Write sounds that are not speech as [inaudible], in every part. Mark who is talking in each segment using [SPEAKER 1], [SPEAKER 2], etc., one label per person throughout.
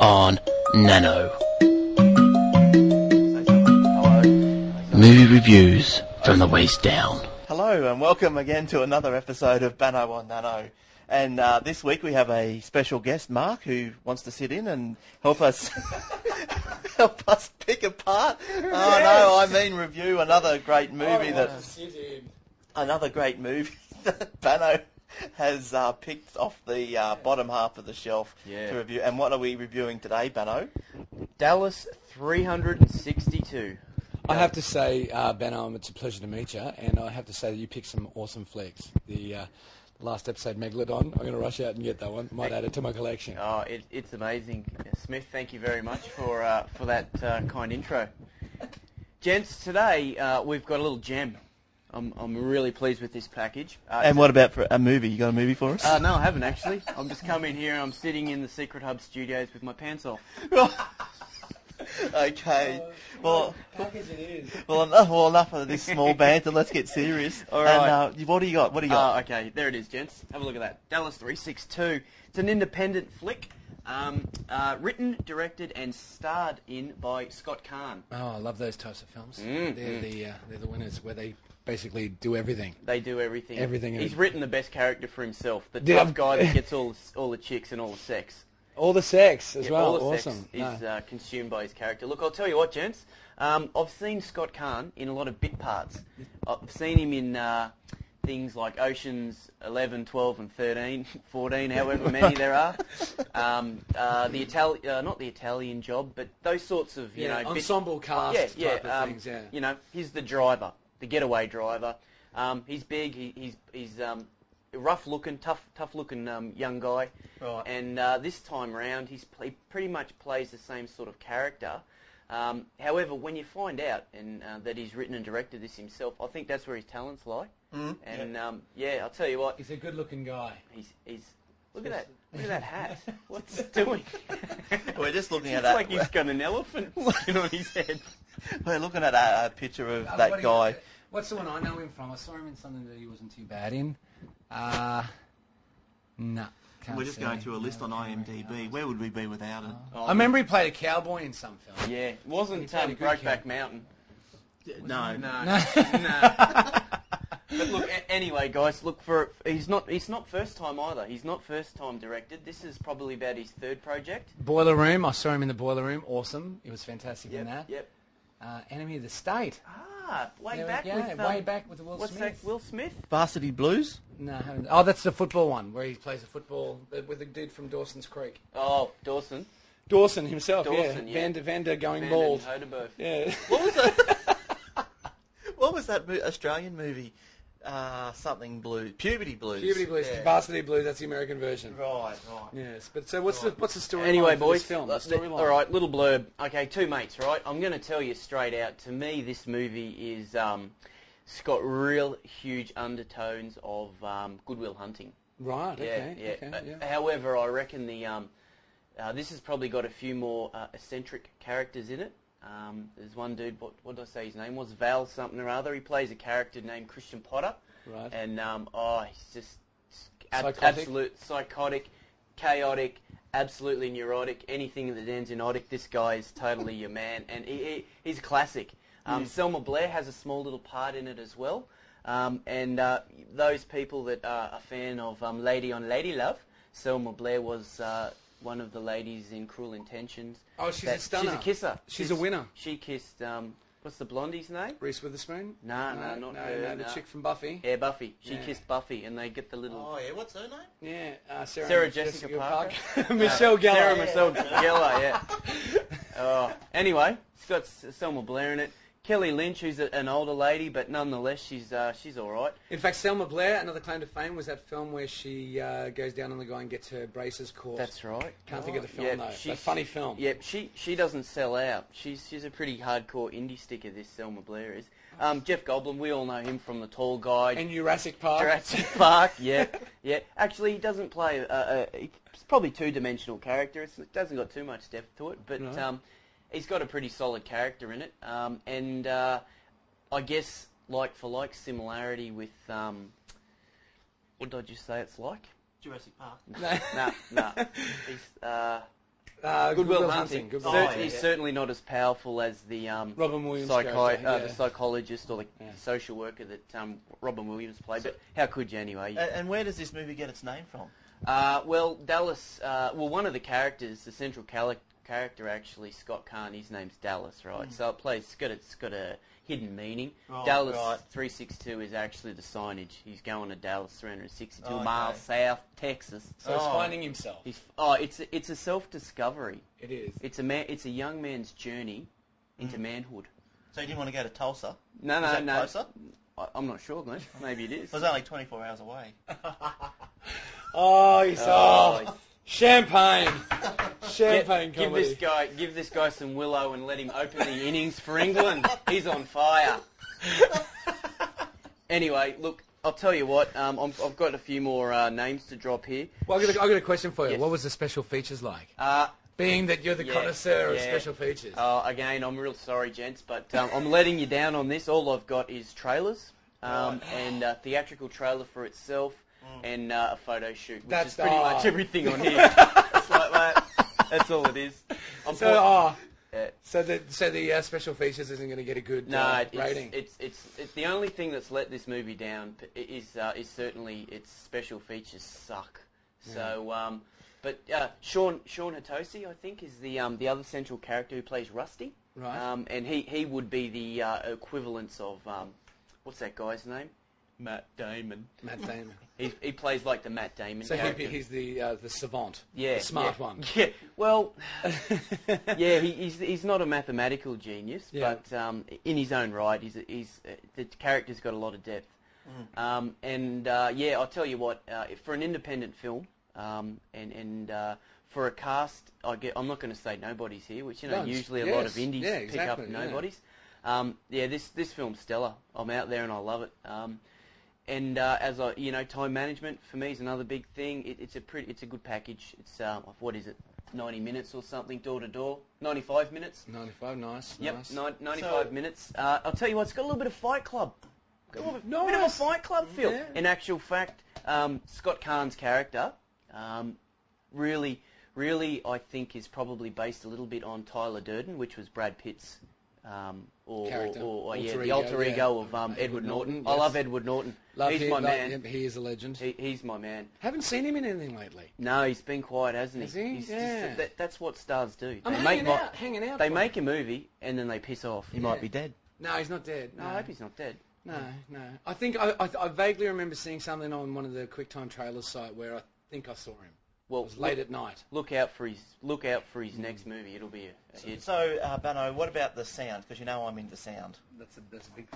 [SPEAKER 1] on Nano. Movie reviews from the waist down.
[SPEAKER 2] Hello and welcome again to another episode of Bano on Nano. And uh, this week we have a special guest, Mark, who wants to sit in and help us [laughs] help us pick apart. Oh no, I mean review another great movie
[SPEAKER 3] Oh,
[SPEAKER 2] that another great movie [laughs] that Bano has uh, picked off the uh, bottom half of the shelf
[SPEAKER 3] Yeah.
[SPEAKER 2] to review. And what are we reviewing today, Bano?
[SPEAKER 3] Dallas 362.
[SPEAKER 4] I have to say, uh, Ben Owen, it's a pleasure to meet you, and I have to say that you picked some awesome flicks. The uh, last episode, Megalodon, I'm going to rush out and get that one. Might add it to my collection.
[SPEAKER 3] Oh, it, it's amazing. Smith, thank you very much for, uh, for that uh, kind intro. Gents, today uh, we've got a little gem. I'm, I'm really pleased with this package. Uh,
[SPEAKER 2] And what about for a movie? You got a movie for us?
[SPEAKER 3] uh, no, I haven't actually. I'm just coming here and I'm sitting in the Secret Hub studios with my pants off.
[SPEAKER 2] [laughs]
[SPEAKER 3] [laughs]
[SPEAKER 2] okay. Well,
[SPEAKER 5] package it is.
[SPEAKER 2] well, enough, well, enough of this [laughs] small banter. Let's get serious.
[SPEAKER 3] All
[SPEAKER 2] And
[SPEAKER 3] right.
[SPEAKER 2] uh, you- what do you got? What do you got?
[SPEAKER 3] Oh, okay. There it is, gents. Have a look at that. Dallas 362. It's an independent flick. Um, uh, written, directed, and starred in by Scott Kahn.
[SPEAKER 4] Oh, I love those types of films.
[SPEAKER 3] Mm,
[SPEAKER 4] They're, the, uh, they're the winners, where they basically do everything.
[SPEAKER 3] They do everything.
[SPEAKER 4] Everything in
[SPEAKER 3] He's
[SPEAKER 4] it.
[SPEAKER 3] written the best character for himself. The
[SPEAKER 4] Yeah.
[SPEAKER 3] tough guy that gets all the, s- all the chicks and all the sex.
[SPEAKER 4] All the sex as
[SPEAKER 3] Yeah,
[SPEAKER 4] well.
[SPEAKER 3] all the
[SPEAKER 4] awesome.
[SPEAKER 3] sex is uh, consumed by his character. Look, I'll tell you what, gents. Um, I've seen Scott Kahn in a lot of bit parts. I've seen him in uh, things like Oceans 11, 12, and [laughs] 13, 14, however many there
[SPEAKER 4] [laughs]
[SPEAKER 3] are. Um, uh, the Itali- uh, not the Italian job, but those sorts of you
[SPEAKER 4] Yeah,
[SPEAKER 3] know bit-
[SPEAKER 4] ensemble cast
[SPEAKER 3] yeah, yeah,
[SPEAKER 4] type of
[SPEAKER 3] um,
[SPEAKER 4] things, yeah.
[SPEAKER 3] You know, he's the driver, the getaway driver. Um, he's big. He, he's he's um, rough looking, tough tough looking um, young guy.
[SPEAKER 2] Right.
[SPEAKER 3] And uh, this time round, he's pl- he pretty much plays the same sort of character. Um, however, when you find out and uh, that he's written and directed this himself, I think that's where his talents lie.
[SPEAKER 4] Mm-hmm.
[SPEAKER 3] Mm, and um, yeah, I'll tell you what,
[SPEAKER 4] He's a good-looking guy.
[SPEAKER 3] he's he's look at that look at that
[SPEAKER 4] [laughs]
[SPEAKER 3] hat. What's it doing? [laughs]
[SPEAKER 2] We're just looking at
[SPEAKER 3] it's
[SPEAKER 2] that.
[SPEAKER 3] like
[SPEAKER 4] [laughs]
[SPEAKER 3] he's got an elephant skin on his head.
[SPEAKER 2] [laughs] We're looking at a, a picture of
[SPEAKER 3] Uh,
[SPEAKER 2] that guy.
[SPEAKER 4] What's the one I know him from? I saw him in something that he wasn't too bad in. Uh, nah.
[SPEAKER 2] We're just going through a list on IMDb. Where would we be without it?
[SPEAKER 4] [laughs] I remember he played a cowboy in some film.
[SPEAKER 3] Yeah, it wasn't
[SPEAKER 4] played a
[SPEAKER 3] um,
[SPEAKER 4] good
[SPEAKER 3] Brokeback
[SPEAKER 4] character.
[SPEAKER 3] Mountain.
[SPEAKER 2] no,
[SPEAKER 3] No, no. but look, a- anyway, guys, look for he's not he's not first time either. He's not first time directed. This is probably about his third project.
[SPEAKER 4] [laughs] Boiler Room. I saw him in the Boiler Room. Awesome. It was fantastic in that.
[SPEAKER 3] Yep.
[SPEAKER 4] Uh, Enemy of the State.
[SPEAKER 3] Ah, way
[SPEAKER 4] There we
[SPEAKER 3] back
[SPEAKER 4] go,
[SPEAKER 3] with um,
[SPEAKER 4] way back with Will
[SPEAKER 3] what's
[SPEAKER 4] Smith.
[SPEAKER 3] that? Will Smith.
[SPEAKER 2] Varsity Blues.
[SPEAKER 4] No, I haven't. Oh, that's the football one where he plays the football uh, with the dude from Dawson's Creek.
[SPEAKER 3] Oh, Dawson.
[SPEAKER 4] Dawson himself.
[SPEAKER 3] Dawson, yeah.
[SPEAKER 4] yeah. Vander Vander going
[SPEAKER 3] Van
[SPEAKER 4] bald.
[SPEAKER 3] Den Hodeberg.
[SPEAKER 4] Yeah.
[SPEAKER 2] What was that? [laughs] what was that mo- Australian movie? Uh, something blue, puberty blues.
[SPEAKER 4] Puberty Blues,
[SPEAKER 2] Yeah.
[SPEAKER 4] Varsity Blues. That's the American version.
[SPEAKER 2] Right, right.
[SPEAKER 4] Yes, but so what's the what's the story?
[SPEAKER 3] Anyway,
[SPEAKER 4] for
[SPEAKER 3] boys.
[SPEAKER 4] this film.
[SPEAKER 3] uh,
[SPEAKER 4] The
[SPEAKER 3] th-
[SPEAKER 4] storyline.
[SPEAKER 3] all right, little blurb. Okay, two mates. Right, I'm going to tell you straight out. To me, this movie is um, it's got real huge undertones of um, Goodwill Hunting.
[SPEAKER 4] right,
[SPEAKER 3] Yeah,
[SPEAKER 4] okay,
[SPEAKER 3] yeah. Uh,
[SPEAKER 4] okay, yeah.
[SPEAKER 3] However, I reckon the um, uh, this has probably got a few more uh, eccentric characters in it. Um, there's one dude. What, what did I say his name was? Val something or other. He plays a character named Christian Potter,
[SPEAKER 4] Right.
[SPEAKER 3] and um, oh, he's just ab-
[SPEAKER 4] Psychotic.
[SPEAKER 3] absolute psychotic, chaotic, absolutely neurotic. Anything that ends in otic, this guy is totally your man, and he, he, he's a classic. Um,
[SPEAKER 4] Hmm.
[SPEAKER 3] Selma Blair has a small little part in it as well, um, and uh, those people that are a fan of um, Lady on Lady Love, Selma Blair was uh, one of the ladies in Cruel Intentions.
[SPEAKER 4] Oh, she's a
[SPEAKER 3] That-
[SPEAKER 4] stunner.
[SPEAKER 3] She's a kisser.
[SPEAKER 4] She's a winner.
[SPEAKER 3] She kissed. Um, what's the blondie's name?
[SPEAKER 4] Reese Witherspoon.
[SPEAKER 3] No, no, not
[SPEAKER 4] no,
[SPEAKER 3] her,
[SPEAKER 4] no, the
[SPEAKER 3] no.
[SPEAKER 4] chick from Buffy.
[SPEAKER 3] Yeah, Buffy. She
[SPEAKER 4] Yeah.
[SPEAKER 3] kissed Buffy, and they get the little.
[SPEAKER 2] Oh yeah, what's her name?
[SPEAKER 4] Yeah, uh, Sarah,
[SPEAKER 3] Sarah Jessica
[SPEAKER 4] [laughs] Michelle Gellar.
[SPEAKER 3] Sarah Michelle Gellar,
[SPEAKER 4] [laughs]
[SPEAKER 3] yeah. Oh, anyway, it's got S- Selma Blair in it. Kelly Lynch, who's a, an older lady, but nonetheless, she's uh, she's all right.
[SPEAKER 4] In fact, Selma Blair, another claim to fame, was that film where she uh, goes down on the guy and gets her braces caught.
[SPEAKER 3] That's right.
[SPEAKER 4] Can't think of the film
[SPEAKER 3] Oh, Yeah,
[SPEAKER 4] though.
[SPEAKER 3] she-
[SPEAKER 4] But funny film.
[SPEAKER 3] Yep, she she doesn't sell out. She's she's a pretty hardcore indie sticker. This Selma Blair is. Um, Jeff Goldblum, we all know him from the Tall Guy.
[SPEAKER 4] And Jurassic Park. [laughs]
[SPEAKER 3] Jurassic Park, yeah, yeah. Actually, he doesn't play. Uh, a he's probably two-dimensional character. It's, it doesn't got too much depth to it, but
[SPEAKER 4] No.
[SPEAKER 3] um, he's got a pretty solid character in it. Um, and uh, I guess like for like similarity with um,
[SPEAKER 4] [laughs]
[SPEAKER 3] what did I just say? It's like
[SPEAKER 2] Jurassic Park.
[SPEAKER 3] no, no. He's, uh,
[SPEAKER 4] Uh,
[SPEAKER 3] Goodwill Hunting.
[SPEAKER 4] Goodwill
[SPEAKER 3] Cer-
[SPEAKER 2] Hunting,
[SPEAKER 3] he's
[SPEAKER 2] yeah.
[SPEAKER 3] certainly not as powerful as the um,
[SPEAKER 4] Robin Williams
[SPEAKER 3] psychi-
[SPEAKER 4] character,
[SPEAKER 3] uh,
[SPEAKER 4] yeah.
[SPEAKER 3] the psychologist or the social worker that um, Robin Williams played. But how could you anyway?
[SPEAKER 4] Uh,
[SPEAKER 2] And, and where does this movie get its name from?
[SPEAKER 3] Uh, well, Dallas. Uh, well, one of the characters, the central cali- character, actually Scott Kahn. His name's Dallas,
[SPEAKER 2] Hmm.
[SPEAKER 3] right? So it plays. It's got, it's got a hidden meaning.
[SPEAKER 2] Right,
[SPEAKER 3] Dallas
[SPEAKER 2] Oh, right.
[SPEAKER 3] three six two is actually the signage. He's going to Dallas three hundred sixty two
[SPEAKER 2] Oh, okay.
[SPEAKER 3] miles south, Texas.
[SPEAKER 4] So he's
[SPEAKER 2] Oh.
[SPEAKER 4] finding himself.
[SPEAKER 3] He's, oh, it's a, it's a self discovery.
[SPEAKER 4] It is.
[SPEAKER 3] It's a man. It's a young man's journey into manhood.
[SPEAKER 2] So you didn't want to go to Tulsa?
[SPEAKER 3] No,
[SPEAKER 2] Hmm.
[SPEAKER 3] no,
[SPEAKER 2] Is that
[SPEAKER 3] no.
[SPEAKER 2] closer?
[SPEAKER 3] I, I'm not sure, Glenn. Maybe it is.
[SPEAKER 2] It was only 24 hours away.
[SPEAKER 4] Oh, he's oh,
[SPEAKER 3] he's- [laughs]
[SPEAKER 4] champagne, champagne
[SPEAKER 3] Give, give
[SPEAKER 4] comedy.
[SPEAKER 3] this guy, give this guy some willow and let him open the innings for England. He's on
[SPEAKER 4] [laughs]
[SPEAKER 3] fire. anyway, look, I'll tell you what. Um, I'm, I've got a few more uh, names to drop here.
[SPEAKER 4] well, I've got, a, I've got a question for you.
[SPEAKER 3] Yes.
[SPEAKER 4] What was the special features like?
[SPEAKER 3] Uh,
[SPEAKER 4] Being that you're the
[SPEAKER 3] yeah,
[SPEAKER 4] connoisseur of
[SPEAKER 3] yeah.
[SPEAKER 4] special features.
[SPEAKER 3] uh, again, I'm real sorry, gents, but um, I'm letting you down on this. All I've got is trailers um, and a theatrical trailer for itself and uh, a photo shoot, which
[SPEAKER 4] Mm. That's-
[SPEAKER 3] is pretty
[SPEAKER 4] ah.
[SPEAKER 3] much everything
[SPEAKER 4] [laughs]
[SPEAKER 3] on here. it's like that. That's all it is. I'm
[SPEAKER 4] so,
[SPEAKER 3] poor-
[SPEAKER 4] ah,
[SPEAKER 3] Yeah.
[SPEAKER 4] so the so the uh, special features isn't going to get a good
[SPEAKER 3] No,
[SPEAKER 4] uh,
[SPEAKER 3] it-
[SPEAKER 4] rating.
[SPEAKER 3] it's, it's it's it's the only thing that's let this movie down p- i- is uh, is certainly its special features suck. So, um, but uh, Sean Sean Hatosi, I think, is the um, the other central character who plays Rusty.
[SPEAKER 4] Right.
[SPEAKER 3] Um, and he he would be the uh, equivalence of um, what's that guy's name? Matt Damon. [laughs]
[SPEAKER 4] Matt Damon.
[SPEAKER 3] He he plays like the Matt Damon.
[SPEAKER 4] So he'd
[SPEAKER 3] character.
[SPEAKER 4] be, he's the uh, the savant,
[SPEAKER 3] yeah,
[SPEAKER 4] the smart
[SPEAKER 3] yeah. [laughs]
[SPEAKER 4] one.
[SPEAKER 3] Yeah. Well, [laughs] yeah, he, he's he's not a mathematical genius,
[SPEAKER 4] Yeah.
[SPEAKER 3] but um, in his own right, he's he's uh, the character's got a lot of depth.
[SPEAKER 4] Mm.
[SPEAKER 3] Um, and uh, yeah, I'll tell you what, uh, if- for an independent film, um, and and uh, for a cast, I get, I'm not going to say nobody's here, which you know
[SPEAKER 4] No, it's-
[SPEAKER 3] usually a lot
[SPEAKER 4] yes,
[SPEAKER 3] of indies
[SPEAKER 4] yeah,
[SPEAKER 3] pick up
[SPEAKER 4] exactly, yeah.
[SPEAKER 3] nobodies. Um, yeah, this this film's stellar. I'm out there and I love it. Um, and uh, as I, you know, time management for me is another big thing. It, it's a pretty, it's a good package. It's um, what is it, 90 minutes or something, door to door, 95 minutes.
[SPEAKER 4] Ninety-five, nice,
[SPEAKER 3] Yep,
[SPEAKER 4] nice.
[SPEAKER 3] nine- 95 minutes. Uh, I'll tell you what, it's got a little bit of Fight Club. Got a little bit, bit of a
[SPEAKER 4] Nice.
[SPEAKER 3] Fight Club feel.
[SPEAKER 4] Yeah.
[SPEAKER 3] In actual fact, um, Scott Kahn's character um, really, really, I think, is probably based a little bit on Tyler Durden, which was Brad Pitt's. Um, or, or,
[SPEAKER 4] Character.
[SPEAKER 3] or, or,
[SPEAKER 4] Alter
[SPEAKER 3] yeah, the
[SPEAKER 4] ego,
[SPEAKER 3] alter
[SPEAKER 4] yeah.
[SPEAKER 3] ego of um,
[SPEAKER 4] Edward
[SPEAKER 3] Edward, Norton.
[SPEAKER 4] Norton,
[SPEAKER 3] I
[SPEAKER 4] yes.
[SPEAKER 3] love Edward Norton.
[SPEAKER 4] Love
[SPEAKER 3] he's
[SPEAKER 4] him,
[SPEAKER 3] my
[SPEAKER 4] love
[SPEAKER 3] man.
[SPEAKER 4] him. He is a legend.
[SPEAKER 3] He, he's my man.
[SPEAKER 4] Haven't seen him in anything lately.
[SPEAKER 3] No, he's been quiet, hasn't he?
[SPEAKER 4] Has he?
[SPEAKER 3] He's
[SPEAKER 4] Yeah.
[SPEAKER 3] just, that, that's what stars do.
[SPEAKER 4] I'm
[SPEAKER 3] they
[SPEAKER 4] hanging
[SPEAKER 3] make mo-
[SPEAKER 4] out, hanging out
[SPEAKER 3] They
[SPEAKER 4] for
[SPEAKER 3] make a movie and then they piss off.
[SPEAKER 2] He might be dead.
[SPEAKER 4] No, he's not dead. No,
[SPEAKER 3] I hope he's not dead.
[SPEAKER 4] no, no. I think I, I, I vaguely remember seeing something on one of the QuickTime trailers site where I think I saw him.
[SPEAKER 3] Well,
[SPEAKER 4] It was late at night.
[SPEAKER 3] Look out for his look out for his next movie. It'll be a, a hit.
[SPEAKER 2] So, uh, Bano, what about the sound? Because you know I'm into sound.
[SPEAKER 4] That's a that's a big.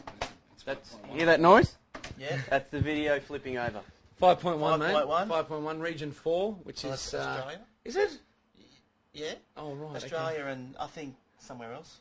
[SPEAKER 3] That's hear that noise?
[SPEAKER 2] Yeah.
[SPEAKER 3] That's the video flipping over.
[SPEAKER 4] Five point one, mate.
[SPEAKER 2] 5.1.
[SPEAKER 4] Five point one, region four, which
[SPEAKER 2] Oh,
[SPEAKER 4] is
[SPEAKER 2] that's Australia?
[SPEAKER 4] Uh, is it?
[SPEAKER 2] [laughs] yeah.
[SPEAKER 4] Oh right, okay.
[SPEAKER 2] Australia and I think somewhere else.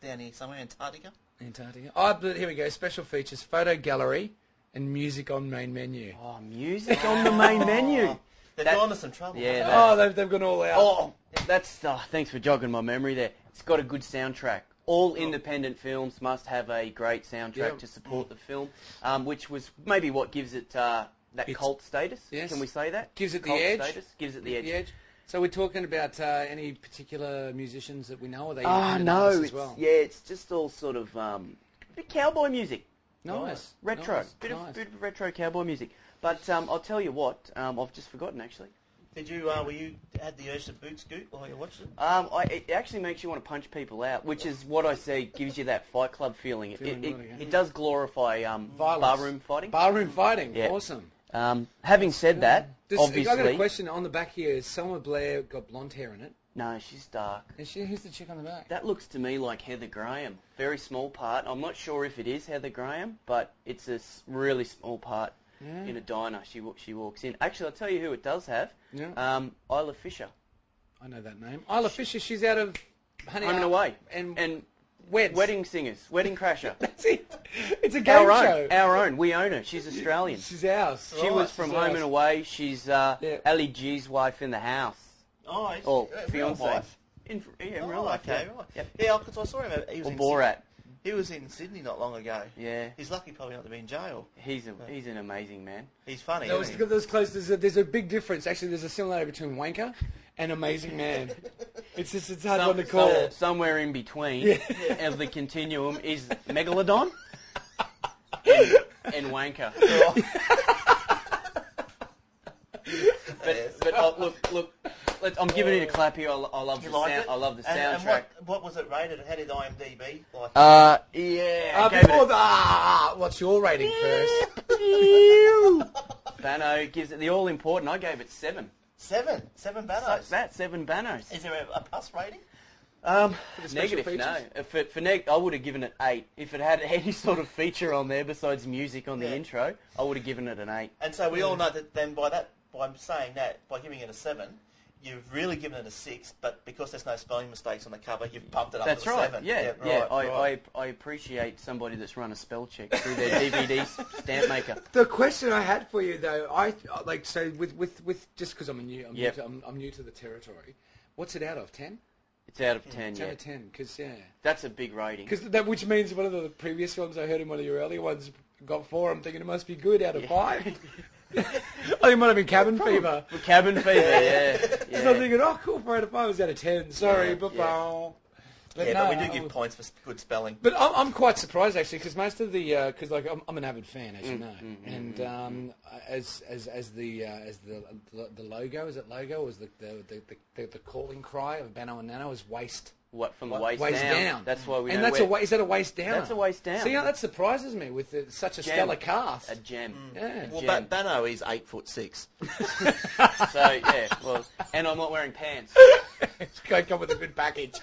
[SPEAKER 2] Down here somewhere, Antarctica.
[SPEAKER 4] Antarctica. Oh, but here we go. Special features: photo gallery and music on main menu.
[SPEAKER 3] Oh, music on the
[SPEAKER 4] [laughs]
[SPEAKER 3] main menu.
[SPEAKER 2] Oh, They've
[SPEAKER 3] That-
[SPEAKER 2] gone to some trouble.
[SPEAKER 3] Yeah.
[SPEAKER 2] haven't
[SPEAKER 4] Oh, they've, they've gone all out.
[SPEAKER 3] Oh, that's uh, thanks for jogging my memory there. It's got a good soundtrack. All independent films must have a great soundtrack
[SPEAKER 4] Yeah.
[SPEAKER 3] to support the film, um, which was maybe what gives it uh, that
[SPEAKER 4] It's-
[SPEAKER 3] cult status.
[SPEAKER 4] yes.
[SPEAKER 3] Can we say that?
[SPEAKER 4] Gives it the
[SPEAKER 3] Cult
[SPEAKER 4] edge.
[SPEAKER 3] Status? Gives it the edge.
[SPEAKER 4] The edge. So we're talking about uh, any particular musicians that we know, or they?
[SPEAKER 3] Ah,
[SPEAKER 4] independent
[SPEAKER 3] no.
[SPEAKER 4] artists
[SPEAKER 3] It's,
[SPEAKER 4] as well?
[SPEAKER 3] Yeah, it's just all sort of um, bit cowboy music.
[SPEAKER 4] Nice.
[SPEAKER 3] Retro.
[SPEAKER 4] Nice,
[SPEAKER 3] bit,
[SPEAKER 4] nice.
[SPEAKER 3] Of, bit of retro cowboy music. But um, I'll tell you what, um, I've just forgotten actually.
[SPEAKER 2] they? Did you? Uh, were you had the urge to boot scoot while you watched it?
[SPEAKER 3] Um, I, it actually makes you want to punch people out, which is what I say gives you that fight club feeling. It,
[SPEAKER 4] Feeling,
[SPEAKER 3] it, it,
[SPEAKER 4] right, yeah.
[SPEAKER 3] it does glorify um,
[SPEAKER 4] Violence.
[SPEAKER 3] barroom fighting.
[SPEAKER 4] Barroom fighting.
[SPEAKER 3] Yeah.
[SPEAKER 4] Awesome.
[SPEAKER 3] um, having said that,
[SPEAKER 4] This, I got a
[SPEAKER 3] obviously,
[SPEAKER 4] question on the back here. Is Selma Blair got blonde hair in it?
[SPEAKER 3] no, she's dark.
[SPEAKER 4] Is she? Who's the chick on the back?
[SPEAKER 3] That looks to me like Heather Graham. Very small part. I'm not sure if it is Heather Graham, but it's a s- really small part in a diner. She wa- she walks in. Actually, I'll tell you who it does have.
[SPEAKER 4] Yeah.
[SPEAKER 3] Um, Isla Fisher.
[SPEAKER 4] I know that name. Isla Fisher. She's out of Honey
[SPEAKER 3] Home and
[SPEAKER 4] I-
[SPEAKER 3] Away.
[SPEAKER 4] and
[SPEAKER 3] and
[SPEAKER 4] Weds.
[SPEAKER 3] Wedding Singers.
[SPEAKER 2] [laughs]
[SPEAKER 3] Wedding Crasher.
[SPEAKER 4] That's it. [laughs] It's a game
[SPEAKER 3] our own.
[SPEAKER 4] show.
[SPEAKER 3] Our own. We own her. She's Australian.
[SPEAKER 4] She's ours.
[SPEAKER 3] she was from Home and Away. She's uh,
[SPEAKER 4] Yeah.
[SPEAKER 3] Ali G's wife in the house.
[SPEAKER 2] Oh, I-
[SPEAKER 3] Or
[SPEAKER 2] uh, real
[SPEAKER 3] fiance.
[SPEAKER 2] life.
[SPEAKER 3] In, yeah, in
[SPEAKER 2] Oh,
[SPEAKER 3] real life.
[SPEAKER 2] okay,
[SPEAKER 3] yeah.
[SPEAKER 2] right.
[SPEAKER 3] Yep.
[SPEAKER 2] Yeah, because I saw him. At, he was
[SPEAKER 3] Or
[SPEAKER 2] in
[SPEAKER 3] Borat.
[SPEAKER 2] Sydney. He was in Sydney not long ago.
[SPEAKER 3] Yeah.
[SPEAKER 2] He's lucky probably not to be in jail.
[SPEAKER 3] He's a, he's an amazing man.
[SPEAKER 2] He's funny.
[SPEAKER 4] That was,
[SPEAKER 2] isn't he?
[SPEAKER 4] that was close. There's a, there's a big difference. Actually, there's a similarity between wanker and amazing man. It's just it's hard
[SPEAKER 3] Some-
[SPEAKER 4] one to call. Uh,
[SPEAKER 3] some- somewhere in between of the continuum is megalodon and, and
[SPEAKER 2] [laughs]
[SPEAKER 3] wanker. but but oh, look look, let I'm giving it a clap here. I, lo- I love
[SPEAKER 2] You
[SPEAKER 3] the
[SPEAKER 2] like
[SPEAKER 3] sound.
[SPEAKER 2] it?
[SPEAKER 3] I love the
[SPEAKER 2] And-
[SPEAKER 3] soundtrack.
[SPEAKER 2] And what, what was it rated? How did IMDb like? it?
[SPEAKER 3] uh, yeah. I
[SPEAKER 4] Uh,
[SPEAKER 3] gave it
[SPEAKER 4] before
[SPEAKER 3] a-
[SPEAKER 4] the, ah, what's your rating first?
[SPEAKER 3] [laughs] Bano gives it the all important. I gave it seven.
[SPEAKER 2] seven, seven
[SPEAKER 3] That's
[SPEAKER 2] banos.
[SPEAKER 3] that seven Banos.
[SPEAKER 2] Is there a, a plus rating?
[SPEAKER 3] Um,
[SPEAKER 4] special
[SPEAKER 3] negative, no.
[SPEAKER 4] features.
[SPEAKER 3] If it, for neg- I would have given it eight. If it had [laughs] any sort of feature on there besides music on the
[SPEAKER 2] Yeah.
[SPEAKER 3] intro, I would have given it an eight.
[SPEAKER 2] And so
[SPEAKER 3] Hmm.
[SPEAKER 2] we all know that then by that, by saying that, by giving it a seven, you've really given it a six. But because there's no spelling mistakes on the cover, you've bumped it up
[SPEAKER 3] That's
[SPEAKER 2] to a
[SPEAKER 3] right.
[SPEAKER 2] seven.
[SPEAKER 3] Yeah, yeah.
[SPEAKER 2] right,
[SPEAKER 3] I,
[SPEAKER 2] right.
[SPEAKER 3] I, I appreciate somebody that's run a spell check through their DVD stamp maker.
[SPEAKER 4] The question I had for you though, I uh, like so with with with just because I'm a new, I'm,
[SPEAKER 3] Yep.
[SPEAKER 4] new to, I'm, I'm new to the territory. What's it out of ten?
[SPEAKER 3] It's out of ten.
[SPEAKER 4] It's
[SPEAKER 3] Yeah,
[SPEAKER 4] out of ten because yeah,
[SPEAKER 3] that's a big rating.
[SPEAKER 4] because that which means one of the previous films I heard in one of your earlier ones got four. I'm thinking it must be good out of five. [laughs] I think it might have been Cabin Fever.
[SPEAKER 3] With cabin fever. [laughs] Yeah,
[SPEAKER 4] And I'm
[SPEAKER 3] yeah.
[SPEAKER 4] thinking, oh, cool, four out of five is out of ten. Sorry,
[SPEAKER 3] Yeah,
[SPEAKER 4] but But
[SPEAKER 2] yeah,
[SPEAKER 4] no,
[SPEAKER 2] but we
[SPEAKER 4] I
[SPEAKER 2] do give
[SPEAKER 4] was-
[SPEAKER 2] points for s- good spelling.
[SPEAKER 4] But I'm, I'm quite surprised actually, because most of the because like I'm, I'm an avid fan,
[SPEAKER 3] Mm,
[SPEAKER 4] as you know, and um, as as as the uh, as the, the the logo is it logo or is the the, the, the the calling cry of Bano and Nano is waste.
[SPEAKER 3] What from the waist, down. That's why we.
[SPEAKER 4] and
[SPEAKER 3] know
[SPEAKER 4] that's a
[SPEAKER 3] where-
[SPEAKER 4] wa- is that a waist down?
[SPEAKER 3] That's a waist down.
[SPEAKER 4] See, how that surprises me with uh, such a
[SPEAKER 3] Gem.
[SPEAKER 4] stellar cast.
[SPEAKER 3] a gem.
[SPEAKER 4] yeah.
[SPEAKER 2] Well,
[SPEAKER 3] Gem.
[SPEAKER 2] ba- Bano is eight foot six.
[SPEAKER 3] So yeah, well, and I'm not wearing pants.
[SPEAKER 4] [laughs] It's going to come with a good
[SPEAKER 2] [laughs]
[SPEAKER 4] package.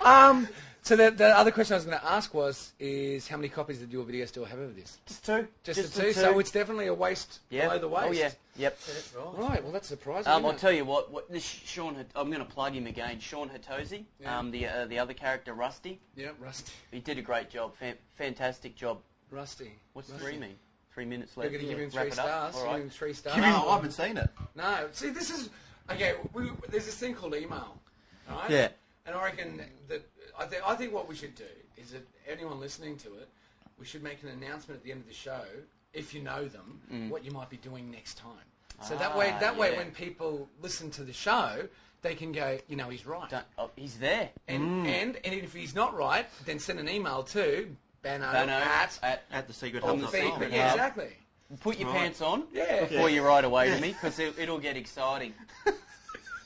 [SPEAKER 4] Um, so the, the other question I was going to ask was is how many copies did your video still have of this?
[SPEAKER 3] Just two.
[SPEAKER 4] Just, the two, so it's definitely a waist
[SPEAKER 3] yeah.
[SPEAKER 4] below the waist.
[SPEAKER 3] Oh yeah. Yep.
[SPEAKER 4] Right, well that's surprising.
[SPEAKER 3] Um, I'll
[SPEAKER 4] isn't it?
[SPEAKER 3] tell you what. What this Sean? Hat- I'm going to plug him again. Sean Hatosi,
[SPEAKER 4] Yeah.
[SPEAKER 3] um, the uh, the other character Rusty.
[SPEAKER 4] Yeah, rusty.
[SPEAKER 3] He did a great job. Fan- fantastic job.
[SPEAKER 4] Rusty.
[SPEAKER 3] What's
[SPEAKER 4] rusty.
[SPEAKER 3] three mean? Three minutes
[SPEAKER 4] You're
[SPEAKER 3] left.
[SPEAKER 4] going to give him
[SPEAKER 3] Wrap
[SPEAKER 4] three
[SPEAKER 3] it up.
[SPEAKER 4] stars.
[SPEAKER 3] All
[SPEAKER 4] You're
[SPEAKER 3] right.
[SPEAKER 4] giving him three stars.
[SPEAKER 2] I haven't seen it.
[SPEAKER 4] No, see, this is okay. We, there's this thing called email, right?
[SPEAKER 2] Yeah.
[SPEAKER 4] And I reckon that I think I think what we should do is that anyone listening to it, we should make an announcement at the end of the show, if you know them, what you might be doing next time. So that way,
[SPEAKER 3] Mm. Ah,
[SPEAKER 4] that way,
[SPEAKER 3] yeah.
[SPEAKER 4] when people listen to the show, they can go, you know, he's right.
[SPEAKER 3] Done. Mm. Oh, he's there.
[SPEAKER 4] And, and and if he's not right, then send an email to Bano,
[SPEAKER 3] Bano
[SPEAKER 4] at,
[SPEAKER 3] at-
[SPEAKER 2] At the secret hub.
[SPEAKER 3] On the
[SPEAKER 2] dot
[SPEAKER 4] Secret-
[SPEAKER 2] com.
[SPEAKER 3] Secret
[SPEAKER 4] Yeah,
[SPEAKER 3] Hub.
[SPEAKER 4] exactly.
[SPEAKER 3] Uh, Put your
[SPEAKER 2] Right.
[SPEAKER 3] pants on.
[SPEAKER 4] Yeah.
[SPEAKER 3] Before you ride away to me, because it, it'll get exciting.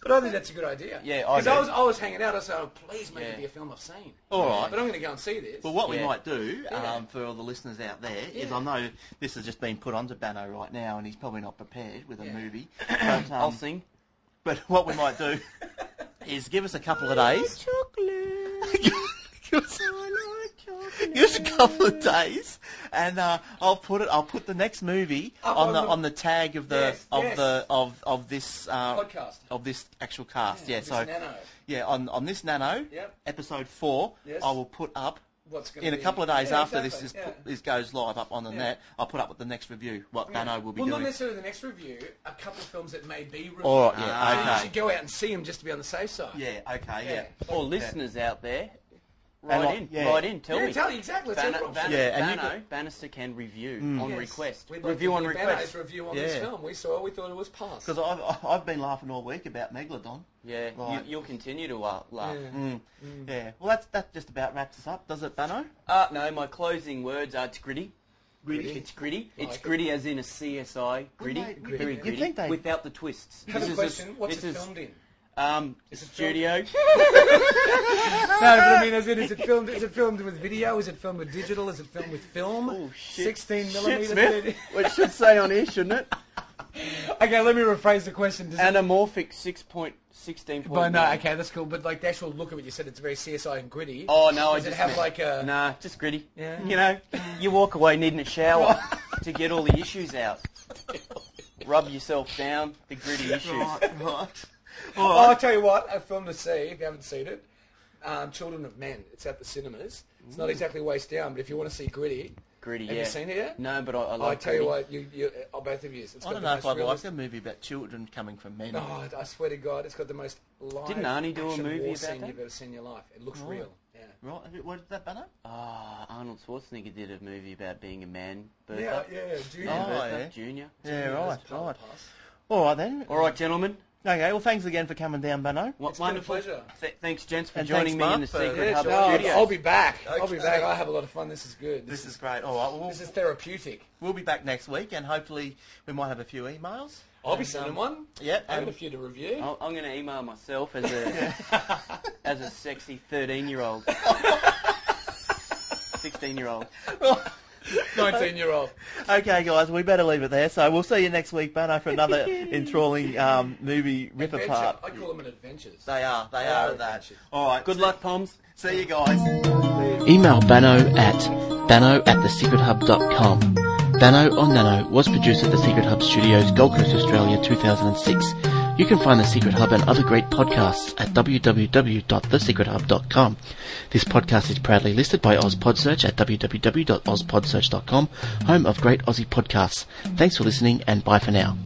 [SPEAKER 4] But I think that's a good idea.
[SPEAKER 3] Yeah, I
[SPEAKER 4] because I,
[SPEAKER 3] do.
[SPEAKER 4] was I was hanging out. I said, oh, please make
[SPEAKER 3] Yeah.
[SPEAKER 4] it be a film I've seen.
[SPEAKER 2] All right.
[SPEAKER 4] But I'm going to go and see this.
[SPEAKER 2] Well, what
[SPEAKER 3] Yeah.
[SPEAKER 2] we might do
[SPEAKER 4] Yeah.
[SPEAKER 2] um, for all the listeners out there is,
[SPEAKER 4] Yeah.
[SPEAKER 2] I know this has just been put onto Bano right now, and he's probably not prepared with a
[SPEAKER 4] Yeah.
[SPEAKER 2] movie. But, um,
[SPEAKER 3] I'll sing.
[SPEAKER 2] But what we might
[SPEAKER 4] [laughs]
[SPEAKER 2] do is give us a couple of days. Chocolate. [laughs] give us, give us a couple of days, and uh, I'll put it. I'll put the next movie
[SPEAKER 4] Up
[SPEAKER 2] on,
[SPEAKER 4] Oh, on
[SPEAKER 2] the,
[SPEAKER 4] the-
[SPEAKER 2] on the tag of the
[SPEAKER 4] Yes,
[SPEAKER 2] of
[SPEAKER 4] yes.
[SPEAKER 2] the of of this uh,
[SPEAKER 4] Podcast.
[SPEAKER 2] of this actual cast. Yeah.
[SPEAKER 4] This
[SPEAKER 2] so
[SPEAKER 4] Nano.
[SPEAKER 2] yeah, on on this nano
[SPEAKER 4] Yep.
[SPEAKER 2] episode four,
[SPEAKER 4] Yes.
[SPEAKER 2] I will put up.
[SPEAKER 4] What's gonna
[SPEAKER 2] in a
[SPEAKER 4] be-
[SPEAKER 2] couple of days
[SPEAKER 4] Yeah,
[SPEAKER 2] after
[SPEAKER 4] exactly,
[SPEAKER 2] this is
[SPEAKER 4] yeah.
[SPEAKER 2] put, this goes live up on the
[SPEAKER 4] Yeah.
[SPEAKER 2] net, I'll put up with the next review what Bano will be
[SPEAKER 4] well, not
[SPEAKER 2] doing.
[SPEAKER 4] necessarily the next review. A couple of films that may be reviewed.
[SPEAKER 2] All right, yeah,
[SPEAKER 4] So you
[SPEAKER 2] okay.
[SPEAKER 4] should go out and see them just to be on the safe side.
[SPEAKER 2] yeah, okay, yeah.
[SPEAKER 4] Yeah.
[SPEAKER 3] Or listeners out there, write
[SPEAKER 2] like-
[SPEAKER 3] in.
[SPEAKER 2] yeah.
[SPEAKER 3] Write in. Tell
[SPEAKER 4] Yeah,
[SPEAKER 3] me.
[SPEAKER 4] tell you exactly. It's
[SPEAKER 3] Banner,
[SPEAKER 4] everyone.
[SPEAKER 3] Banner,
[SPEAKER 2] Yeah, and you
[SPEAKER 3] Banner- Bannister can review on
[SPEAKER 4] Yes.
[SPEAKER 3] request.
[SPEAKER 4] We'd like
[SPEAKER 3] review
[SPEAKER 4] to
[SPEAKER 3] on
[SPEAKER 4] give you
[SPEAKER 3] request.
[SPEAKER 4] Bano's review on this
[SPEAKER 2] Yeah.
[SPEAKER 4] film. We saw. it, We thought it was passed.
[SPEAKER 2] Because I've, I've been laughing all week about Megalodon.
[SPEAKER 3] Yeah,
[SPEAKER 2] Right.
[SPEAKER 3] you, you'll continue to uh, laugh.
[SPEAKER 2] Mm.
[SPEAKER 4] Mm.
[SPEAKER 2] Yeah. Well, that's, that just about wraps us up, does it, Bano?
[SPEAKER 3] Uh, no, my closing words are it's gritty. It's gritty. It's
[SPEAKER 4] Like it.
[SPEAKER 3] gritty as in a CSI gritty.
[SPEAKER 2] mate,
[SPEAKER 3] very
[SPEAKER 2] gritty.
[SPEAKER 3] gritty.
[SPEAKER 2] You'd think they'd-
[SPEAKER 3] Without the twists.
[SPEAKER 4] Have a
[SPEAKER 3] is
[SPEAKER 4] question. What's
[SPEAKER 3] this
[SPEAKER 4] it
[SPEAKER 3] is,
[SPEAKER 4] filmed in?
[SPEAKER 3] Um,
[SPEAKER 4] Is it
[SPEAKER 3] studio.
[SPEAKER 4] [laughs] No, but I mean, as in, is it filmed? Is it filmed with video? Is it filmed with digital? Is it filmed with film?
[SPEAKER 3] Oh, shit.
[SPEAKER 4] Sixteen
[SPEAKER 3] Shit,
[SPEAKER 4] millimeter.
[SPEAKER 3] Smith. it should say on here, shouldn't it?
[SPEAKER 4] Okay, let me rephrase the question. Does it-
[SPEAKER 3] Anamorphic 6.16.
[SPEAKER 4] But no, okay, that's cool. But like the actual look of it, you said it's very CSI and gritty.
[SPEAKER 3] Oh, no, I
[SPEAKER 4] Does it
[SPEAKER 3] just
[SPEAKER 4] have
[SPEAKER 3] meant-
[SPEAKER 4] like a?
[SPEAKER 3] Nah, just gritty.
[SPEAKER 4] Yeah.
[SPEAKER 3] You know, you walk away needing a shower to get all the issues out. Rub yourself down, the gritty issues.
[SPEAKER 4] [laughs]
[SPEAKER 2] Right,
[SPEAKER 3] [laughs]
[SPEAKER 2] right.
[SPEAKER 4] Oh, I'll tell you what, a film to see if you haven't seen it. Um, Children of Men. It's at the cinemas. It's not exactly waist down, but if you want to see gritty,
[SPEAKER 3] Gritty,
[SPEAKER 4] have
[SPEAKER 3] yeah.
[SPEAKER 4] you seen it yet?
[SPEAKER 3] No, but I, I love
[SPEAKER 4] Oh, I tell you
[SPEAKER 3] gritty.
[SPEAKER 4] what, you, you, oh, both of you. It's
[SPEAKER 2] I
[SPEAKER 4] got
[SPEAKER 2] don't
[SPEAKER 4] the
[SPEAKER 2] know if
[SPEAKER 4] most
[SPEAKER 2] I'd like
[SPEAKER 4] realist-
[SPEAKER 2] a movie about children coming from men.
[SPEAKER 4] Oh, I swear to God, it's got the most live
[SPEAKER 3] Didn't Arnie do a
[SPEAKER 4] action
[SPEAKER 3] movie
[SPEAKER 4] war
[SPEAKER 3] about
[SPEAKER 4] scene
[SPEAKER 3] that?
[SPEAKER 4] you've ever seen in your life. It looks real. Yeah.
[SPEAKER 2] Right, what is that, Bano?
[SPEAKER 3] Ah, Arnold Schwarzenegger did a movie about being a man. Bertha.
[SPEAKER 4] Yeah, yeah, Junior.
[SPEAKER 2] Oh,
[SPEAKER 3] Bertha
[SPEAKER 2] yeah.
[SPEAKER 3] Junior.
[SPEAKER 2] Yeah,
[SPEAKER 4] That's
[SPEAKER 2] right,
[SPEAKER 4] part
[SPEAKER 2] right.
[SPEAKER 4] of the past.
[SPEAKER 2] All right, then.
[SPEAKER 3] All right, gentlemen.
[SPEAKER 2] Okay, well, thanks again for coming down, Bano.
[SPEAKER 3] What
[SPEAKER 4] It's been a
[SPEAKER 3] wonderful.
[SPEAKER 4] pleasure.
[SPEAKER 3] Th- thanks, gents, for
[SPEAKER 2] And thanks,
[SPEAKER 3] joining me in
[SPEAKER 2] Mark,
[SPEAKER 3] the
[SPEAKER 2] for-
[SPEAKER 3] Secret
[SPEAKER 2] Yeah,
[SPEAKER 3] Hub
[SPEAKER 4] no,
[SPEAKER 3] studio.
[SPEAKER 4] I'll be back. I'll be
[SPEAKER 5] Okay.
[SPEAKER 4] back. I have a lot of fun. This is good.
[SPEAKER 2] This
[SPEAKER 4] This,
[SPEAKER 2] is great. All right, well,
[SPEAKER 4] this is therapeutic.
[SPEAKER 2] we'll be back next week, and hopefully we might have a few emails.
[SPEAKER 4] I'll be
[SPEAKER 2] And,
[SPEAKER 4] sending
[SPEAKER 2] um,
[SPEAKER 4] one
[SPEAKER 2] Yep,
[SPEAKER 4] and a
[SPEAKER 2] and-
[SPEAKER 4] few to review. [laughs]
[SPEAKER 3] I'll, I'm going to email myself as a as a sexy 13 year
[SPEAKER 4] [laughs]
[SPEAKER 3] old, 16 year old.
[SPEAKER 4] 19 year old.
[SPEAKER 2] Okay, guys, we better leave it there. So we'll see you next week, Bano, for another enthralling um, movie rip
[SPEAKER 4] Adventure.
[SPEAKER 2] apart.
[SPEAKER 4] I call them an adventures.
[SPEAKER 2] They are, they
[SPEAKER 4] are
[SPEAKER 2] are that.
[SPEAKER 4] adventures.
[SPEAKER 2] All right,
[SPEAKER 3] Good luck, Poms.
[SPEAKER 2] See you guys.
[SPEAKER 1] Email Bano at bano at thesecrethub.com. Bano on Nano was produced at the Secret Hub Studios, Gold Coast, Australia, 2006. You can find The Secret Hub and other great podcasts at www.thesecrethub.com. This podcast is proudly listed by OzPodSearch at www.ozpodsearch.com, home of great Aussie podcasts. Thanks for listening and bye for now.